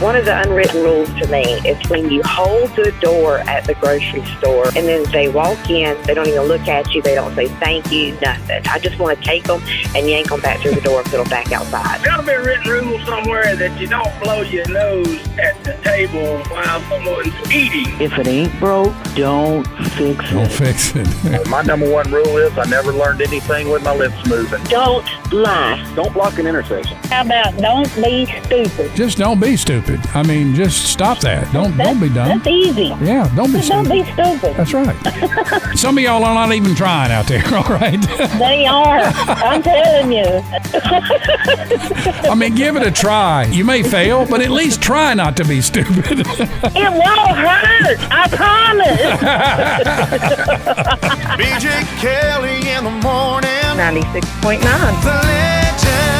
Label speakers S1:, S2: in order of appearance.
S1: one of the unwritten rules to me is when you hold the door at the grocery store and then they walk in, they don't even look at you, they don't say thank you, nothing. I just want to take them and yank them back through the door and put them back outside.
S2: There's got to be a written rule somewhere that you don't blow your nose at the table while someone's eating.
S3: If it ain't broke, don't fix
S4: Don't
S3: it.
S4: fix it.
S5: My number one rule is I never learned anything with my lips moving.
S3: Don't lie.
S5: Don't block an intersection.
S6: How about don't be stupid?
S4: just don't be stupid. I mean, just stop that. Don't don't be dumb.
S6: That's easy.
S4: Yeah, don't be
S6: Just don't
S4: stupid.
S6: be stupid.
S4: That's right. Some of y'all are not even trying out there. All right.
S6: They are. I'm telling you.
S4: I mean, give it a try. You may fail, but at least try not to be stupid.
S6: It won't hurt. I promise.
S7: BJ Kelly in the morning.
S1: 96.9.
S7: The legend.